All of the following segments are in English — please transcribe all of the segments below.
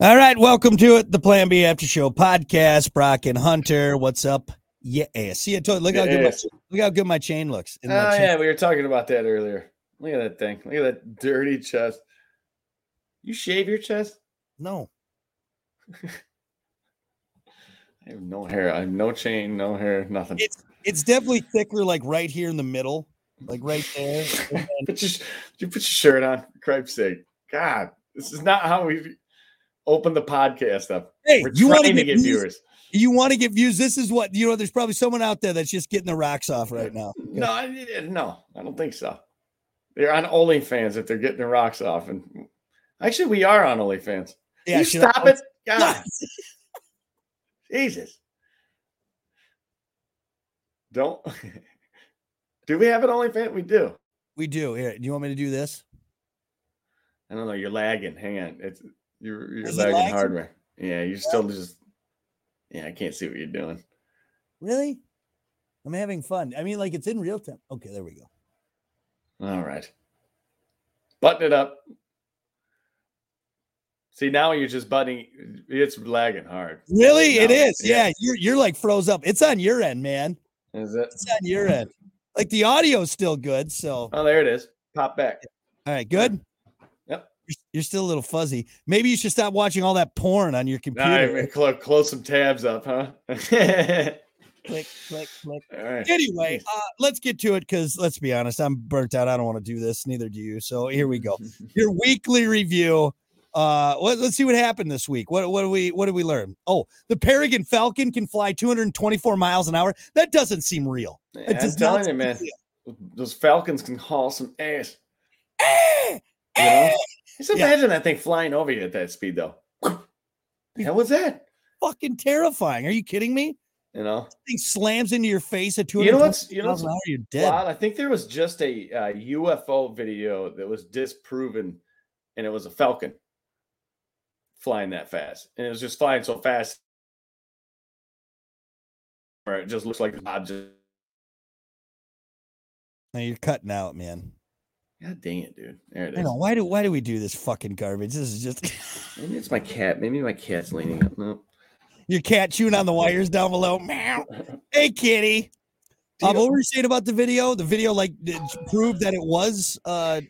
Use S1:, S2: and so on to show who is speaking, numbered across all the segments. S1: All right, welcome to it, the Plan B After Show podcast. Brock and Hunter, what's up? Yeah, see, I told look how good my,
S2: Yes.
S1: look how good my chain looks. And my
S2: Oh
S1: chain-
S2: yeah, we were talking about that earlier. Look at that thing. Look at that dirty chest. You shave your chest?
S1: No,
S2: I have no hair. I have no chain, no hair, nothing.
S1: it's definitely thicker, like right here in the middle, like right there. And then-
S2: Put your, did you put your shirt on, for Christ's sake. God, this is not how we open the podcast up.
S1: hey,
S2: We're
S1: you want
S2: trying to get
S1: views?
S2: viewers.
S1: You want to get views? This is what you know. There's probably someone out there that's just getting the rocks off right now.
S2: No, I, I- no, I don't think so. They're on OnlyFans if they're getting their rocks off. And actually, we are on OnlyFans.
S1: Yeah, oh,
S2: you
S1: should I-
S2: stop it. God, Jesus. Don't. do we have an OnlyFans? We do.
S1: We do. Here, do you want me to do this?
S2: I don't know. You're lagging. Hang on. It's you're you're
S1: Is it
S2: lagging
S1: lagging?
S2: hardware. Yeah, you're still just. Yeah, I can't see what you're doing.
S1: Really? I'm having fun. I mean, like it's in real time. Okay, there we go.
S2: All right. Button it up. See now you're just buttoning. It's lagging hard.
S1: Really? It
S2: No,
S1: is. Yeah. you're you're like froze up. It's on your end, man.
S2: Is it?
S1: It's on your end. Like the audio's still good. So all
S2: Oh, there it is. Pop back.
S1: right, good.
S2: Yep.
S1: You're, you're still a little fuzzy. Maybe you should stop watching all that porn on your
S2: Now I
S1: computer.
S2: mean, clo- close some tabs up, huh? All
S1: click, click, click.
S2: right.
S1: Anyway,
S2: Jeez.
S1: uh, let's get to it because let's be honest, I'm burnt out. I don't want to do this. Neither do you. So here we go. Your weekly review. Uh, let, us see what happened this week. What what do we what did we learn? Oh, the Peregrine Falcon can fly 224 miles an hour. That doesn't seem real. It
S2: I'm
S1: does not
S2: telling you,
S1: seem
S2: man.
S1: real.
S2: Those Falcons can haul some ass.
S1: Eh,
S2: You know?
S1: eh,
S2: Just
S1: Yeah.
S2: imagine that thing flying over you at that speed, though. How was that?
S1: fucking terrifying. Are you kidding me?
S2: You know,
S1: Thing slams into your face at 200
S2: you know what's you know
S1: miles
S2: what's
S1: an hour. You're dead.
S2: wild? I think there was just a uh, UFO video that was disproven, and it was a Falcon flying that fast, and it was just flying so fast, where it just looks like an object.
S1: Now you're cutting out, man.
S2: God dang it, dude! There it is.
S1: I know. Why do why do we do this fucking garbage? This is just
S2: Maybe it's my cat. Maybe my cat's leaning up. No.
S1: your cat chewing on the wires down below. Meow. Hey, kitty. Uh,
S2: Deal.
S1: what were you saying about the video? The video like it proved that it was. Uh,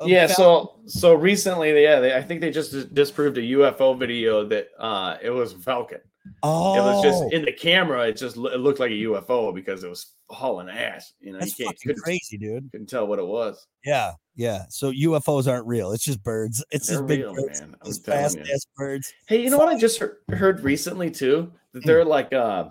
S1: a
S2: yeah
S1: Um, fal-
S2: so so recently yeah they, i think they just dis- disproved a ufo video that uh it was falcon
S1: oh,
S2: it was just in the camera it just lo- it looked like a ufo because it was hauling ass you know
S1: that's
S2: you
S1: fucking
S2: can't couldn't,
S1: crazy, dude.
S2: couldn't tell what it was
S1: Yeah, yeah. So UFOs aren't real. It's just birds. It's
S2: they're
S1: just big
S2: real
S1: birds.
S2: man i'm
S1: Those
S2: telling
S1: fast
S2: you
S1: ass birds.
S2: hey you know what i just heard, heard recently too that there are
S1: Hmm.
S2: like uh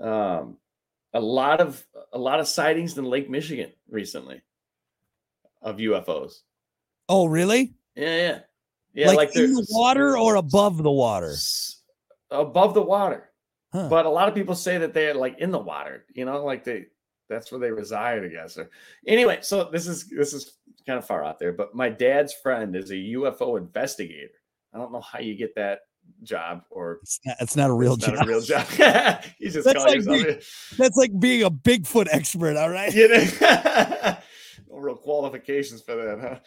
S2: um a lot of a lot of sightings in lake michigan recently of ufos
S1: Oh, really?
S2: yeah yeah yeah
S1: like, in the
S2: there's-
S1: water or above the water?
S2: s- above the water.
S1: Huh.
S2: But a lot of people say that they're like in the water, you know, like they that's where they reside, I guess. Or anyway, so this is this is kind of far out there, but my dad's friend is a UFO investigator. I don't know how you get that job or
S1: It's not, it's not a real
S2: it's
S1: job.
S2: not a real job. He's just
S1: That's
S2: calling
S1: like
S2: yourself.
S1: That's like being a Bigfoot expert. All right.
S2: You know? no real qualifications for that, huh?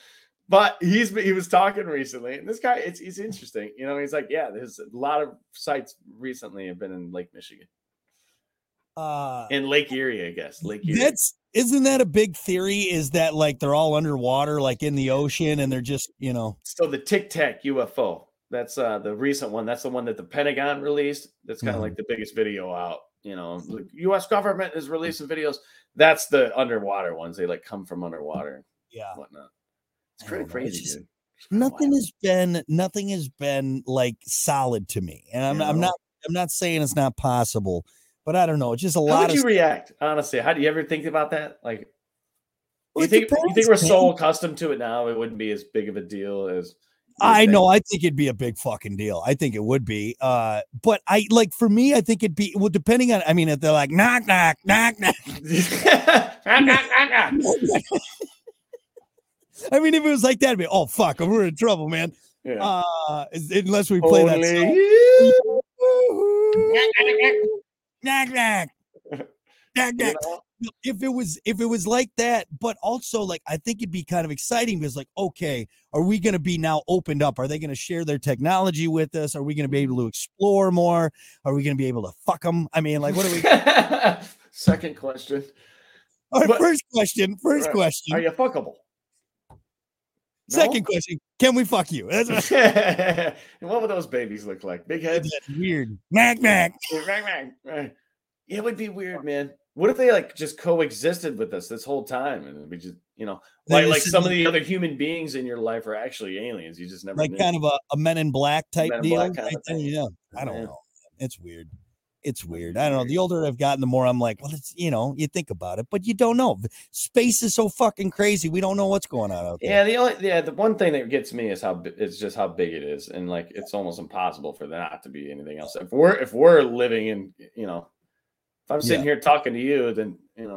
S2: But he's he was talking recently, and this guy it's he's interesting. You know, he's like, yeah, there's a lot of sites recently have been in Lake Michigan.
S1: Uh,
S2: in Lake Erie, I guess. Lake Erie.
S1: that's isn't that a big theory? Is that like they're all underwater, like in the ocean, and they're just you know?
S2: so the Tic Tac UFO. That's uh the recent one. That's the one that the Pentagon released. That's kind of
S1: Mhm.
S2: like the biggest video out. You know, the U.S. government is releasing videos. That's the underwater ones. They like come from underwater
S1: Yeah.
S2: and whatnot.
S1: I
S2: It's
S1: don't
S2: pretty
S1: know,
S2: crazy,
S1: it's just-
S2: dude. It's kinda
S1: nothing
S2: wild.
S1: has been nothing has been like solid to me and i'm, I'm
S2: No.
S1: not i'm not saying it's not possible but i don't know it's just a
S2: How
S1: lot
S2: would
S1: of
S2: you
S1: stuff-
S2: react, honestly? How do you ever think about that? Like,
S1: Well,
S2: you
S1: it
S2: think you
S1: depends,
S2: think we're
S1: man.
S2: so accustomed to it now, it wouldn't be as big of a deal as. you would
S1: i
S2: think.
S1: know i think it'd be a big fucking deal i think it would be uh but i like for me i think it'd be well depending on i mean if they're like knock knock knock knock i mean if it was like that it'd be oh fuck we're in trouble man
S2: Yeah.
S1: uh is- unless we play that
S2: Only
S1: song.
S2: you.
S1: knock knock knock knock
S2: You know?
S1: if it was if it was like that, but also like I think it'd be kind of exciting because like, okay, are we gonna be now opened up? Are they gonna share their technology with us? Are we gonna be able to explore more? Are we gonna be able to fuck them? I mean, like what are we
S2: Second question.
S1: all right,
S2: What-
S1: first question, first
S2: Right.
S1: question.
S2: Are you fuckable? No?
S1: Second question, can we fuck you? That's what-
S2: and what would those babies look like? Big heads?
S1: that's weird. Mac Mac.
S2: Right, right, right. It would be weird, man. What if they like just coexisted with us this whole time and we just, you know,
S1: They're
S2: like, like
S1: just
S2: some of
S1: sitting
S2: the other human beings in your life are actually aliens. You just never
S1: like
S2: knew.
S1: kind of a, a men in black type
S2: Men in
S1: deal.
S2: Black kind
S1: right
S2: of
S1: there,
S2: thing.
S1: Yeah. I don't
S2: Yeah.
S1: know. It's weird. It's weird. I don't know. The older I've gotten, the more I'm like, well, it's you know, you think about it, but you don't know. Space is so fucking crazy. We don't know what's going on out there.
S2: Yeah, the only yeah, the one thing that gets me is how bi- it's just how big it is, and like it's almost impossible for there not to be anything else. If we're if we're living in, you know, if I'm sitting here talking to you, then you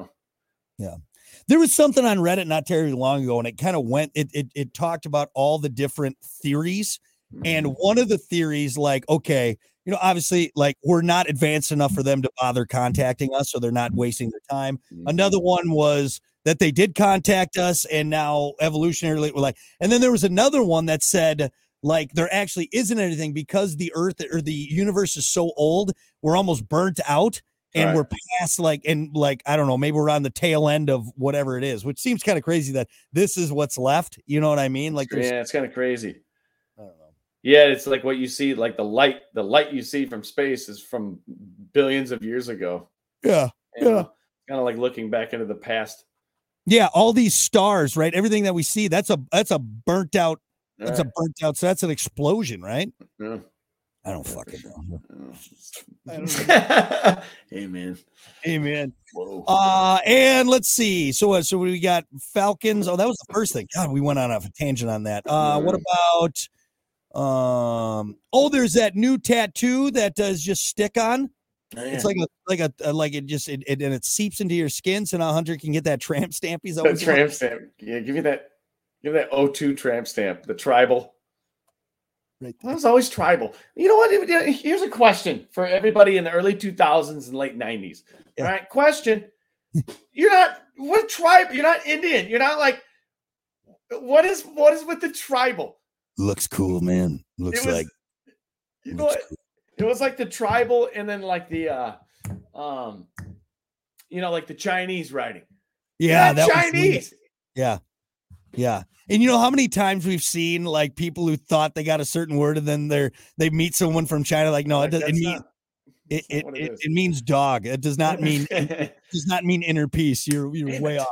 S2: know,
S1: There was something on Reddit not terribly long ago, and it kind of went. It, it it talked about all the different theories
S2: mm,
S1: And
S2: Mm-hmm.
S1: one of the theories, like, okay, you know, obviously, like, we're not advanced enough for them to bother contacting us, so they're not wasting their time.
S2: mm,
S1: Another one was that they did contact us, and now evolutionarily, we're like, and then there was another one that said, like, there actually isn't anything because the earth or the universe is so old, we're almost burnt out. And
S2: Right.
S1: we're past like, and like, I don't know, maybe we're on the tail end of whatever it is, which seems kind of crazy that this is what's left. You know what I mean? Like, there's,
S2: mm. yeah, it's kind of crazy.
S1: I don't know.
S2: Yeah, it's like what you see, like the light, the light you see from space is from billions of years ago.
S1: Yeah. Yeah.
S2: kind of like looking back into the past.
S1: Yeah, all these stars, right? Everything that we see, that's a that's a burnt out, that's
S2: Alright,
S1: a burnt out. So that's an explosion, right?
S2: yeah,
S1: I don't fucking know. I
S2: yeah. Uh, hey man,
S1: Amen.
S2: whoa. Oh,
S1: Uh, and let's see. So uh, so we got Falcons. Oh, that was the first thing. God, we went on a tangent on that. Uh, what about
S2: Mm-hmm.
S1: um? Oh, there's that new tattoo that does just stick on.
S2: Oh,
S1: It's
S2: yeah.
S1: like a like a, uh, like it just it, it and it seeps into your skin. So now Hunter can get that tramp stamp. He's
S2: the
S1: always wanted.
S2: tramp stamp. Yeah, give me that. Give me that O2 tramp stamp. The tribal.
S1: Right
S2: That was always tribal. You know what? Yeah, Here's a question for everybody in the early 2000s and late 90s.
S1: Yeah.
S2: All right, question. You're not what tribe? You're not Indian. You're not like what is what is with the tribal?
S1: Looks cool, man. Looks
S2: it was
S1: like
S2: you know
S1: looks
S2: what? It was like the tribal and then like the uh um you know like the Chinese writing. You're
S1: yeah,
S2: not
S1: that was weird.
S2: Chinese.
S1: Yeah. Yeah. And you know how many times we've seen like people who thought they got a certain word and then they're they meet someone from China like no it
S2: Like,
S1: does, it,
S2: that's
S1: mean,
S2: not-
S1: it,
S2: not
S1: it,
S2: what it
S1: it,
S2: is.
S1: it means dog. It does not mean it does not mean inner peace. You're you're
S2: Damn
S1: way
S2: it.
S1: off.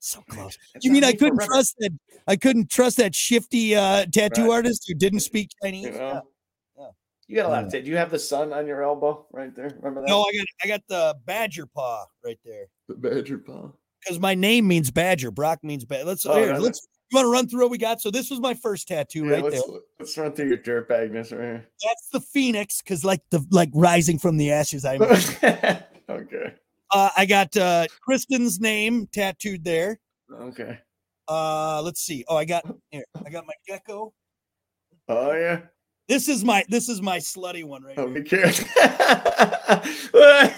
S1: So close.
S2: That's
S1: You
S2: not
S1: mean I
S2: made for
S1: couldn't
S2: rubber.
S1: trust that I couldn't trust that shifty uh tattoo
S2: Right.
S1: artist who didn't speak Chinese? Uh,
S2: You
S1: Yeah.
S2: know?
S1: Yeah.
S2: You got a lot
S1: Yeah.
S2: of tape. Do you have the sun on your elbow right there? Remember that?
S1: Mm. No, I got I got the badger paw right there.
S2: The badger paw.
S1: because my name means badger. Brock means badger. Let's
S2: Oh,
S1: here,
S2: really?
S1: let's. You want to run through what we got? So this was my first tattoo
S2: Yeah,
S1: right there.
S2: let's, let's run through your dirt bagness right
S1: That's the phoenix, because like the like rising from the ashes. I am.
S2: here. okay.
S1: uh, I got uh, Kristen's name tattooed there.
S2: Okay.
S1: Uh, let's see. Oh, I got here. I got my gecko.
S2: Oh yeah.
S1: This is my this is my slutty one right
S2: Oh,
S1: here.
S2: be careful.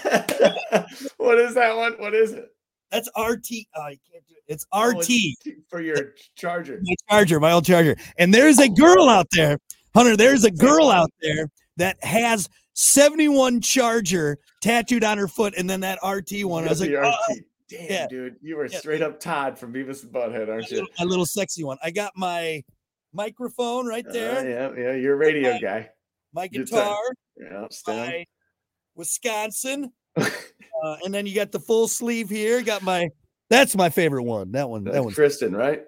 S2: what is that one? What is it?
S1: That's RT. Oh, I can't do it. It's
S2: Oh,
S1: RT.
S2: it's for your charger.
S1: my charger, my old charger. And there's a girl out there, Hunter. There's a girl out there that has 71 charger tattooed on her foot, and then that RT one. I was like,
S2: The
S1: oh,
S2: RT. Damn,
S1: yeah.
S2: dude, you were
S1: Yeah.
S2: straight up Todd from Beavis and Butthead,
S1: my
S2: aren't you?
S1: little- "Oh, my little sexy one. I got my microphone right
S2: Uh,
S1: there,
S2: yeah, yeah, you're a radio
S1: Right.
S2: guy.
S1: my
S2: Good
S1: guitar,
S2: Yeah, Stan.
S1: my Wisconsin, uh, and then you got the full sleeve here. Got my. That's my favorite one. That one. That
S2: That's
S1: one.
S2: Kristen, right?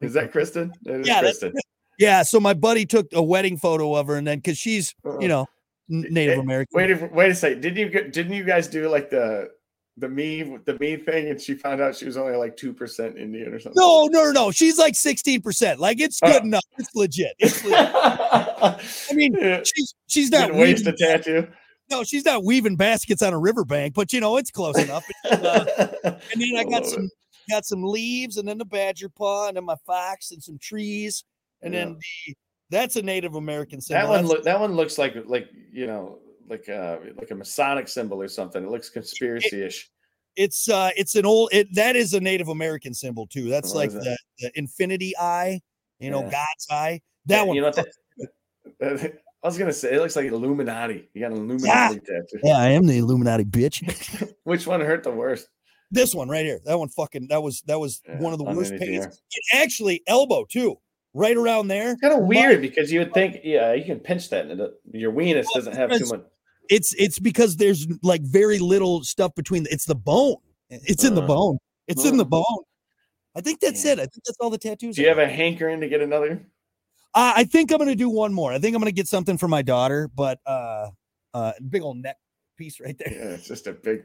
S2: Is that Kristen? That is
S1: Yeah, that's
S2: Kristen.
S1: Yeah. So my buddy took a wedding photo of her, and then because she's
S2: Uh-uh.
S1: you know n- Native
S2: Eh,
S1: American.
S2: Wait, a- wait a second. Didn't you get- didn't you guys do like the the me the me thing, and she found out she was only like two percent Indian or something?
S1: No, no, no, no. She's like 16%. Like it's good
S2: Oh.
S1: enough. It's legit. It's legit.
S2: I
S1: mean,
S2: yeah.
S1: She's she's not
S2: didn't waste
S1: weaving,
S2: a tattoo.
S1: no, she's not weaving baskets on a riverbank, but you know, it's close enough. uh, And then I got
S2: love it.
S1: some got some leaves and then the badger paw and then my fox and some trees. And
S2: Yeah.
S1: then the that's a Native American symbol.
S2: that one
S1: That's-
S2: look that one looks like like you know like uh like a Masonic symbol or something. It looks conspiracy ish.
S1: It's uh, it's an old. It, that is a Native American symbol too. That's
S2: What
S1: like
S2: is it?
S1: the, the infinity eye. You know,
S2: Yeah.
S1: God's eye. That
S2: Yeah,
S1: one.
S2: You know what that- I was gonna say it looks like Illuminati. You got an Illuminati tattoo.
S1: yeah, I am the Illuminati bitch.
S2: Which one hurt the worst?
S1: this one right here. That one fucking. That was that was
S2: Yeah,
S1: one of the worst
S2: underneath
S1: pains.
S2: here.
S1: Actually, elbow too. Right around there.
S2: It's kind of weird because you would think, yeah, you can pinch that, and it- your weenus
S1: Well,
S2: doesn't have too
S1: it's-
S2: much.
S1: it's it's because there's like very little stuff between the, it's the bone it's in the
S2: Uh,
S1: bone it's in the
S2: mm.
S1: bone i think that's
S2: Yeah.
S1: it i think that's all the tattoos
S2: Do you
S1: I
S2: have a hankering to get another?
S1: uh, i think i'm gonna do one more i think i'm gonna get something for my daughter but uh uh big old neck piece right there
S2: Yeah, it's just a big.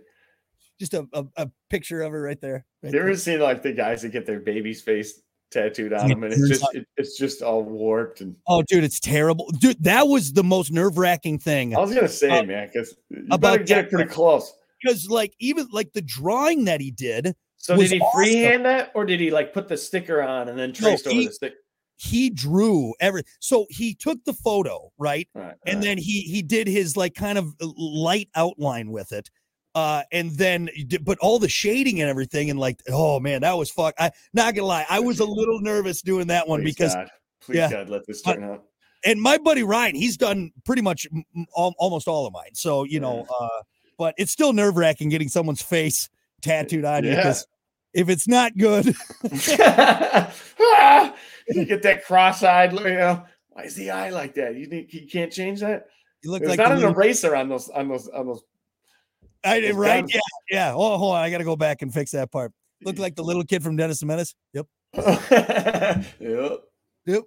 S1: just a, a, a picture of her right there right
S2: You
S1: there.
S2: ever seen like the guys that get their baby's face tattooed on
S1: Yeah,
S2: them, and it's
S1: there's
S2: just it, it's just all warped and.
S1: oh dude it's terrible dude that was the most nerve-wracking thing
S2: I was gonna say,
S1: Uh,
S2: man, because you
S1: about
S2: better get
S1: that-
S2: it pretty close.
S1: because like even like the drawing that he did
S2: So
S1: was
S2: did he
S1: awesome.
S2: freehand that, or did he like put the sticker on and then traced over
S1: he-
S2: the stick?
S1: he drew every so he took the photo right
S2: Right,
S1: and
S2: right.
S1: then he he did his like kind of uh, light outline with it uh and then you did- but all the shading and everything and like oh man that was fuck i not gonna lie i was a little nervous doing that one
S2: Please
S1: because
S2: God. please
S1: yeah.
S2: God, let this
S1: But-
S2: turn out.
S1: and my buddy ryan he's done pretty much m- m- al- almost all of mine so you know uh but it's still nerve-wracking getting someone's face tattooed on you
S2: Yeah.
S1: 'cause if it's not good
S2: Ah! you get that cross-eyed, look, you know. Why is the eye like that? You think you can't change that?
S1: you look
S2: There's
S1: like
S2: not
S1: the
S2: an
S1: little-
S2: eraser on those on those on those.
S1: I did,
S2: it's
S1: right
S2: done.
S1: yeah yeah oh hold on i gotta go back and fix that part look like the little kid from dennis the menace yep
S2: Yep.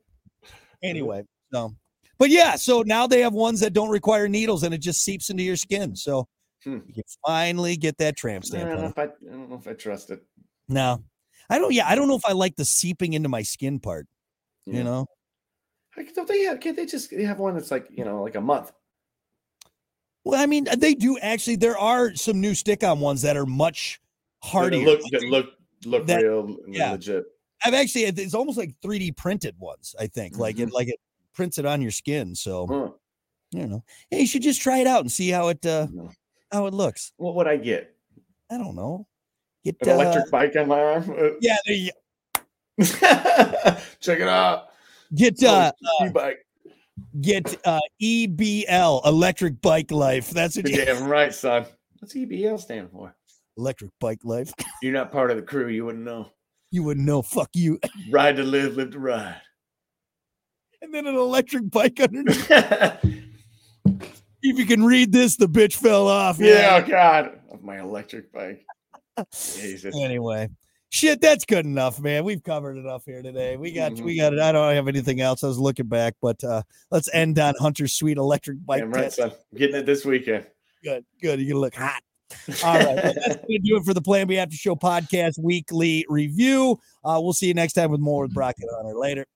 S1: anyway so but yeah so now they have ones that don't require needles and it just seeps into your skin so
S2: Hmm.
S1: you can finally get that tramp
S2: I
S1: stamp
S2: don't, know
S1: on it.
S2: if I, I don't know if I trust it.
S1: no i don't yeah i don't know if i like the seeping into my skin part
S2: Yeah.
S1: you know
S2: I- Don't they have? Can't they just have one that's like you know, like a month?
S1: well i mean they do actually there are some new stick-on ones that are much
S2: That
S1: hardier
S2: Look, that look, look
S1: That-
S2: real, and
S1: yeah.
S2: legit.
S1: i've actually it's almost like 3d printed ones i think like it like it prints it on your skin so
S2: Mm-hmm. Huh.
S1: you know yeah you should just try it out and see how it uh
S2: No.
S1: how it looks
S2: What would I get?
S1: i don't know get
S2: An
S1: uh,
S2: electric bike on my arm?
S1: yeah there you
S2: Check it out.
S1: get
S2: It's
S1: uh
S2: only e-bike.
S1: get uh EBL electric bike life. That's what
S2: You're
S1: you
S2: damn right, son. What's EBL stand for?
S1: electric bike life.
S2: You're not part of the crew. You wouldn't know.
S1: You wouldn't know. Fuck you.
S2: Ride to live, live to ride.
S1: And then an electric bike underneath.
S2: yeah,
S1: If you can read this, the bitch fell off.
S2: oh, God. Of my electric bike. Jesus.
S1: Anyway. Shit, that's good enough, man. We've covered enough here today. We got
S2: Mhm.
S1: we got it. I don't have anything else. I was looking back, but uh let's end on Hunter's sweet electric bike.
S2: Damn right,
S1: test.
S2: son. Getting it this weekend.
S1: Good, good. You're gonna look hot. All right. Well, that's going to do it for the Plan B After Show podcast weekly review. Uh, we'll see you next time with more with Brock and Hunter later.